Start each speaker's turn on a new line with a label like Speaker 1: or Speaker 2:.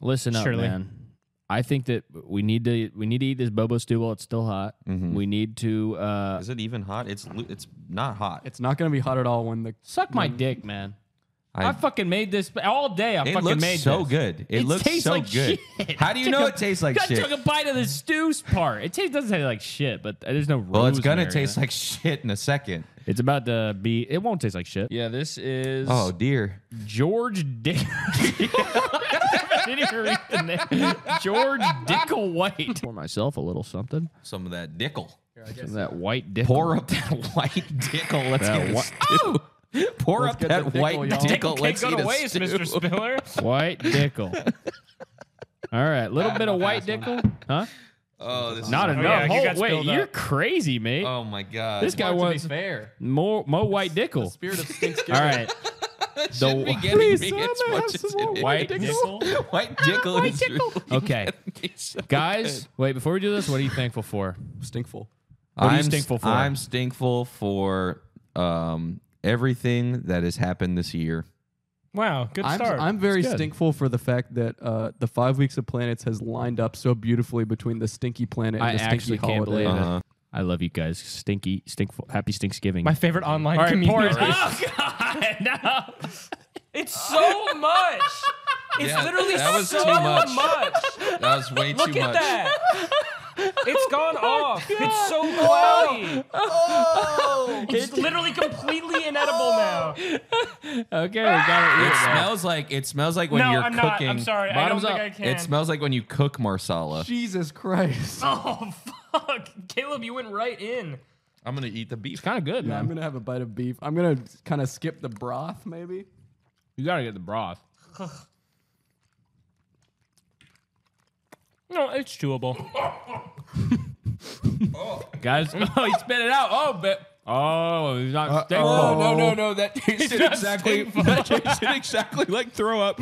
Speaker 1: listen up,
Speaker 2: Surely.
Speaker 1: man. I think that we need to we need to eat this bobo stew while it's still hot.
Speaker 3: Mm-hmm.
Speaker 1: We need to uh,
Speaker 3: Is it even hot? It's lo- it's not hot.
Speaker 4: It's not going to be hot at all when the
Speaker 2: Suck
Speaker 1: Mm-hmm.
Speaker 2: my dick, man. I,
Speaker 3: I-
Speaker 2: fucking made this all day. I
Speaker 3: it
Speaker 2: fucking
Speaker 3: looks
Speaker 2: made
Speaker 3: so
Speaker 2: this.
Speaker 3: good. It, looks
Speaker 2: tastes
Speaker 3: so
Speaker 2: like
Speaker 3: good.
Speaker 2: shit.
Speaker 3: How do you
Speaker 2: Took
Speaker 3: know
Speaker 2: a-
Speaker 3: it tastes like
Speaker 2: I
Speaker 3: shit?
Speaker 2: took a bite of the stew's part. It tastes, doesn't taste like shit, but there's no.
Speaker 3: Well, it's
Speaker 2: rosemary
Speaker 3: gonna
Speaker 2: in it.
Speaker 3: taste like shit in a second.
Speaker 2: It's about to be. It won't taste like shit.
Speaker 1: yeah. This is
Speaker 3: Oh dear.
Speaker 2: George Dick. I didn't even read the name. George Dickel White.
Speaker 1: for myself a little something.
Speaker 3: Some of that dickle.
Speaker 1: Some of that white dick.
Speaker 3: Pour up that white dickle. Let's
Speaker 1: That
Speaker 3: get a
Speaker 1: whi-
Speaker 3: stew. Pour up
Speaker 4: get
Speaker 3: that
Speaker 4: the dickle,
Speaker 3: white
Speaker 4: y'all.
Speaker 3: dickle. Let's
Speaker 2: Can't
Speaker 3: eat
Speaker 2: go
Speaker 3: a
Speaker 2: to waste,
Speaker 3: stew.
Speaker 2: Mr. Spiller.
Speaker 1: White dickle. All right, little bit of white dickle, huh?
Speaker 3: Oh, this
Speaker 1: Not
Speaker 3: is,
Speaker 1: enough.
Speaker 2: yeah, you
Speaker 1: Hold-
Speaker 2: got
Speaker 1: wait,
Speaker 2: spilled up.
Speaker 1: you're crazy, mate.
Speaker 3: Oh my god.
Speaker 1: this guy
Speaker 4: to be
Speaker 1: wants
Speaker 4: fair.
Speaker 1: more, more white dickle.
Speaker 4: Spirit of stinks.
Speaker 1: All right,
Speaker 3: Shouldn't be
Speaker 1: wh-
Speaker 3: getting
Speaker 1: Please,
Speaker 3: me
Speaker 1: Sam,
Speaker 3: as
Speaker 1: I
Speaker 3: much
Speaker 1: have
Speaker 3: as
Speaker 1: some
Speaker 3: it
Speaker 1: more
Speaker 3: is.
Speaker 1: white
Speaker 2: dickle.
Speaker 3: White dickle. White dickle.
Speaker 1: okay, guys. Wait, before we do this, what are you thankful for?
Speaker 4: stinkful.
Speaker 1: What are you
Speaker 3: I'm
Speaker 1: stinkful for?
Speaker 3: I'm stinkful for um, everything that has happened this year.
Speaker 2: Wow, good
Speaker 4: I'm,
Speaker 2: start.
Speaker 4: I'm very
Speaker 1: It's good.
Speaker 4: stinkful for the fact that uh, the five weeks of planets has lined up so beautifully between the stinky planet and
Speaker 1: I
Speaker 4: the stinky
Speaker 1: actually
Speaker 4: holiday.
Speaker 1: can't believe it.
Speaker 3: Uh-huh.
Speaker 1: I love you guys. Stinky, stinkful. Happy Stinksgiving.
Speaker 2: My favorite online
Speaker 1: All right, pour
Speaker 2: community.
Speaker 1: it.
Speaker 2: Oh God, no. It's so much. It's
Speaker 3: Yeah, literally that was so too much. That was way too much.
Speaker 2: It's gone off. It's so cloudy. It's literally completely inedible now.
Speaker 1: okay, we got it.
Speaker 3: It smells like it smells like when
Speaker 2: no,
Speaker 3: you're
Speaker 2: I'm not.
Speaker 3: cooking.
Speaker 2: I'm sorry.
Speaker 1: Bottoms
Speaker 2: I don't
Speaker 1: up.
Speaker 2: think I can.
Speaker 3: It smells like when you cook marsala.
Speaker 4: Jesus Christ.
Speaker 2: Oh fuck, Caleb, you went right in.
Speaker 3: I'm gonna eat the beef.
Speaker 1: Kind of good,
Speaker 4: Yeah,
Speaker 1: man.
Speaker 4: I'm going to have a bite of beef. I'm going to kind of skip the broth, maybe.
Speaker 1: You gotta get the broth.
Speaker 2: No, it's chewable.
Speaker 1: Guys, oh, he spit it out. Oh, but oh, he's not stinkful.
Speaker 4: no, no, no. That tasted
Speaker 2: exactly-
Speaker 4: that tasted exactly like throw up.